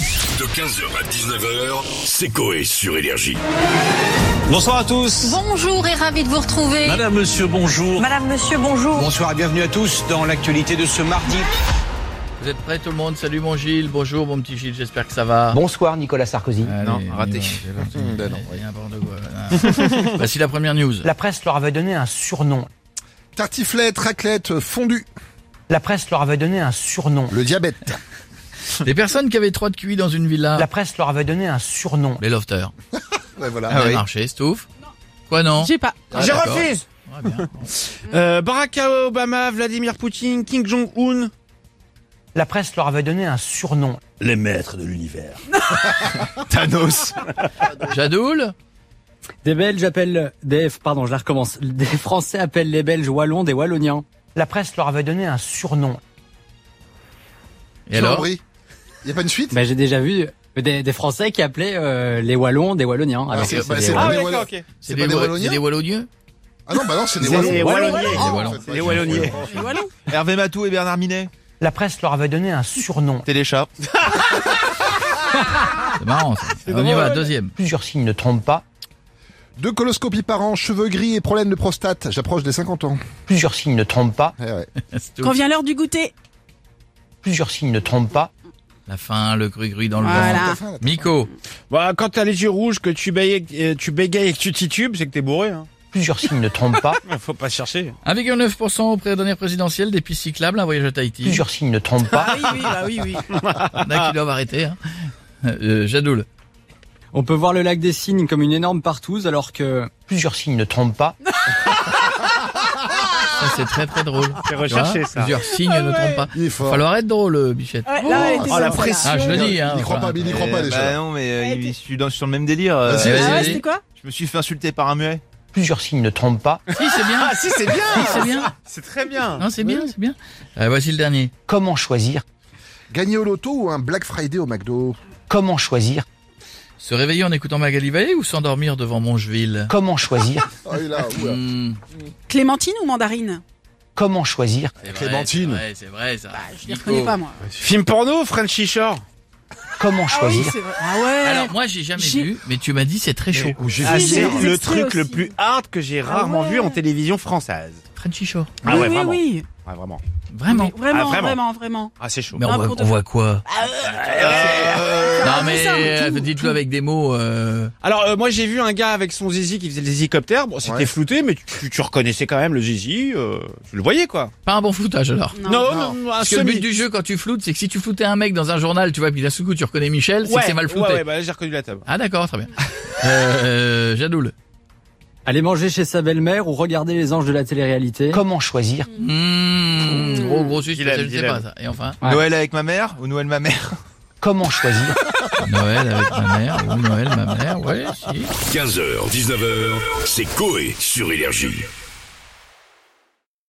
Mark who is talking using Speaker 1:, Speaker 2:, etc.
Speaker 1: De 15h à 19h, c'est Coé sur Énergie.
Speaker 2: Bonsoir à tous.
Speaker 3: Bonjour et ravi de vous retrouver.
Speaker 2: Madame, monsieur, bonjour.
Speaker 4: Madame, monsieur, bonjour.
Speaker 5: Bonsoir et bienvenue à tous dans l'actualité de ce mardi.
Speaker 6: Vous êtes prêts tout le monde Salut mon Gilles, bonjour mon petit Gilles, j'espère que ça va.
Speaker 5: Bonsoir Nicolas Sarkozy.
Speaker 7: Euh.
Speaker 6: non, raté. Voici la première news.
Speaker 5: La presse leur avait donné un surnom.
Speaker 7: Tartiflette, raclette, fondue,
Speaker 5: La presse leur avait donné un surnom.
Speaker 7: le diabète.
Speaker 6: Les personnes qui avaient trop de QI dans une villa,
Speaker 5: La presse leur avait donné un surnom.
Speaker 6: les lofters,
Speaker 7: Ouais, voilà.
Speaker 6: ça a marché, c'est ouf Quoi non
Speaker 8: J'ai pas.
Speaker 6: Ah, d'accord. Ouais, bien.
Speaker 8: Euh, Barack Obama, Vladimir Poutine, Kim Jong-un.
Speaker 5: La presse leur avait donné un surnom.
Speaker 2: Les maîtres de l'univers. Thanos.
Speaker 6: Jadoul
Speaker 9: Des Belges appellent des pardon, je la recommence. Des Français appellent les Belges wallons des Walloniens.
Speaker 5: La presse leur avait donné un surnom.
Speaker 6: Et alors
Speaker 7: Il n'y a pas une suite
Speaker 9: Bah, j'ai déjà vu des, des Français qui appelaient euh, les Wallons des Walloniens. Alors
Speaker 7: c'est-
Speaker 9: que c'est
Speaker 7: bah,
Speaker 9: des-
Speaker 7: c'est-
Speaker 9: Ah,
Speaker 8: Ah
Speaker 7: mais
Speaker 8: oui,
Speaker 7: voilà.
Speaker 8: d'accord, ok.
Speaker 6: C'est
Speaker 7: pas
Speaker 6: des,
Speaker 7: des
Speaker 6: Wa-
Speaker 7: Walloniens
Speaker 6: c'est des Walloniens
Speaker 7: Ah non, bah non, c'est des
Speaker 8: C'est les
Speaker 7: Wallons.
Speaker 9: Oh,
Speaker 8: Walloniers.
Speaker 6: Des Wallons.
Speaker 7: C'est des Walloniers.
Speaker 2: Hervé Matou et Bernard Minet.
Speaker 5: La presse leur avait donné un surnom.
Speaker 2: Téléchat.
Speaker 6: C'est marrant ça. On y va, deuxième.
Speaker 5: Plusieurs signes ne trompent pas.
Speaker 7: Deux coloscopies par an, cheveux gris et problème de prostate. J'approche des 50 ans.
Speaker 5: Plusieurs signes ne trompent pas.
Speaker 7: Eh ouais.
Speaker 6: C'est tout.
Speaker 8: Quand vient l'heure du goûter.
Speaker 5: Plusieurs signes ne trompent pas.
Speaker 6: La faim, le cru-gru dans le
Speaker 8: Voilà.
Speaker 6: ventre.
Speaker 7: T'as faim, là
Speaker 6: Miko,
Speaker 8: Bah, quand t'as les yeux rouges, que tu bégayes, euh, tu bégayes et que tu titubes, c'est que t'es bourré. Hein.
Speaker 5: Plusieurs signes ne trompent pas.
Speaker 8: Faut pas chercher.
Speaker 6: 1,9% au pré-dernière présidentielle, des pistes cyclables, un voyage à Tahiti.
Speaker 5: Plusieurs signes ne trompent pas.
Speaker 8: oui, oui, bah oui, oui.
Speaker 6: Il y en a qui doivent arrêter. Hein. Euh, Jadoul.
Speaker 9: On peut voir le lac des Cygnes comme une énorme partouze alors que
Speaker 5: Plusieurs signes ne trompent pas.
Speaker 6: Ça, c'est très très drôle.
Speaker 8: C'est
Speaker 6: Tu vois,
Speaker 8: recherché, ça.
Speaker 6: Plusieurs signes ne trompent pas.
Speaker 7: Il est
Speaker 6: Il va
Speaker 7: fort.
Speaker 6: falloir être drôle, euh, Bichette.
Speaker 8: Ah Ouais, là, elle était
Speaker 7: Oh, la
Speaker 8: sympa, là.
Speaker 7: pression.
Speaker 6: Ah, je le dis. Hein, ben.
Speaker 7: Il n'y croit
Speaker 6: enfin.
Speaker 7: pas, mais il n'y croit pas
Speaker 10: Euh, bah
Speaker 7: déjà.
Speaker 10: non, mais euh,
Speaker 8: Ouais,
Speaker 10: il- je
Speaker 8: t'es-
Speaker 10: suis dans, sur le même délire. euh,
Speaker 7: Vas-y.
Speaker 6: Eh,
Speaker 8: Ah
Speaker 6: vas-y,
Speaker 8: ouais,
Speaker 6: vas-y.
Speaker 8: c'était quoi
Speaker 10: je me suis fait insulter par un muet.
Speaker 5: Plusieurs signes ne trompent pas.
Speaker 6: Si, c'est bien.
Speaker 8: Ah si, c'est bien.
Speaker 6: Si, c'est bien.
Speaker 8: C'est très bien.
Speaker 6: Non, c'est bien, c'est bien. Euh, voici le dernier.
Speaker 5: Comment choisir
Speaker 7: Gagner au loto ou un Black Friday au McDo
Speaker 5: Comment choisir
Speaker 6: Se réveiller en écoutant Magali Vallée ou s'endormir devant Mongeville
Speaker 5: Comment choisir
Speaker 7: Ah, il est là, ouh, là.
Speaker 6: Hmm,
Speaker 4: Clémentine ou mandarine
Speaker 5: Comment choisir
Speaker 6: c'est vrai,
Speaker 7: Clémentine.
Speaker 6: C'est vrai, c'est vrai, ça.
Speaker 4: Je les reconnais pas, moi.
Speaker 8: Film porno, Frenchy Shore.
Speaker 5: Comment
Speaker 4: Ah oui,
Speaker 5: choisir
Speaker 4: c'est vrai. Ah ouais
Speaker 6: Alors, moi, j'ai jamais
Speaker 4: J'ai-
Speaker 6: vu, mais tu m'as dit c'est très chaud.
Speaker 7: Ou j'ai
Speaker 8: Ah,
Speaker 4: Oui, j'ai
Speaker 8: c'est
Speaker 4: vu des
Speaker 8: le
Speaker 4: extraits
Speaker 8: truc le
Speaker 4: aussi. Ah
Speaker 8: plus hard que j'ai rarement
Speaker 4: ouais.
Speaker 8: vu en télévision française.
Speaker 6: Frenchy Show.
Speaker 8: Ah
Speaker 4: oui,
Speaker 8: ouais,
Speaker 4: oui,
Speaker 8: vraiment.
Speaker 4: oui.
Speaker 8: Ah, vraiment.
Speaker 6: Vraiment.
Speaker 4: Mais Vraiment,
Speaker 8: Ah, vraiment.
Speaker 4: vraiment, vraiment.
Speaker 8: Ah, c'est chaud.
Speaker 6: Mais on
Speaker 4: Non,
Speaker 6: voit,
Speaker 4: pour de
Speaker 6: on
Speaker 4: vrai.
Speaker 6: voit quoi Non, mais
Speaker 4: ça,
Speaker 6: euh,
Speaker 4: tout,
Speaker 6: dites-le avec des mots. euh,
Speaker 8: Alors euh, moi j'ai vu un gars avec son zizi qui faisait des hélicoptères. Bon c'était
Speaker 7: Ouais.
Speaker 8: flouté mais tu, tu- tu reconnaissais quand même le zizi. euh, tu le voyais quoi.
Speaker 6: Pas un bon foutage alors.
Speaker 8: Non,
Speaker 7: non.
Speaker 8: non, un
Speaker 6: Parce que le
Speaker 8: semi.
Speaker 6: but du jeu quand tu floutes, c'est que si tu floutais un mec dans un journal, tu vois, puis d'un seul coup tu reconnais Michel, c'est
Speaker 8: Ouais,
Speaker 6: que c'est mal flouté.
Speaker 8: Ouais, ouais bah là, j'ai reconnu la table.
Speaker 6: Ah d'accord, très bien. euh, Jadoul.
Speaker 9: aller manger chez sa belle-mère ou regarder les anges de la télé-réalité.
Speaker 5: Comment choisir
Speaker 6: Mmh, gros gros sujet,
Speaker 8: Il aime,
Speaker 6: je sais
Speaker 8: il
Speaker 6: pas
Speaker 8: aime.
Speaker 6: ça. Et enfin,
Speaker 9: Ouais.
Speaker 10: Noël avec ma mère ou Noël ma mère
Speaker 5: Comment choisir
Speaker 6: Noël avec ma mère, ou Noël ma mère, ouais, si.
Speaker 1: 15h, 19h, c'est Coé sur Énergie.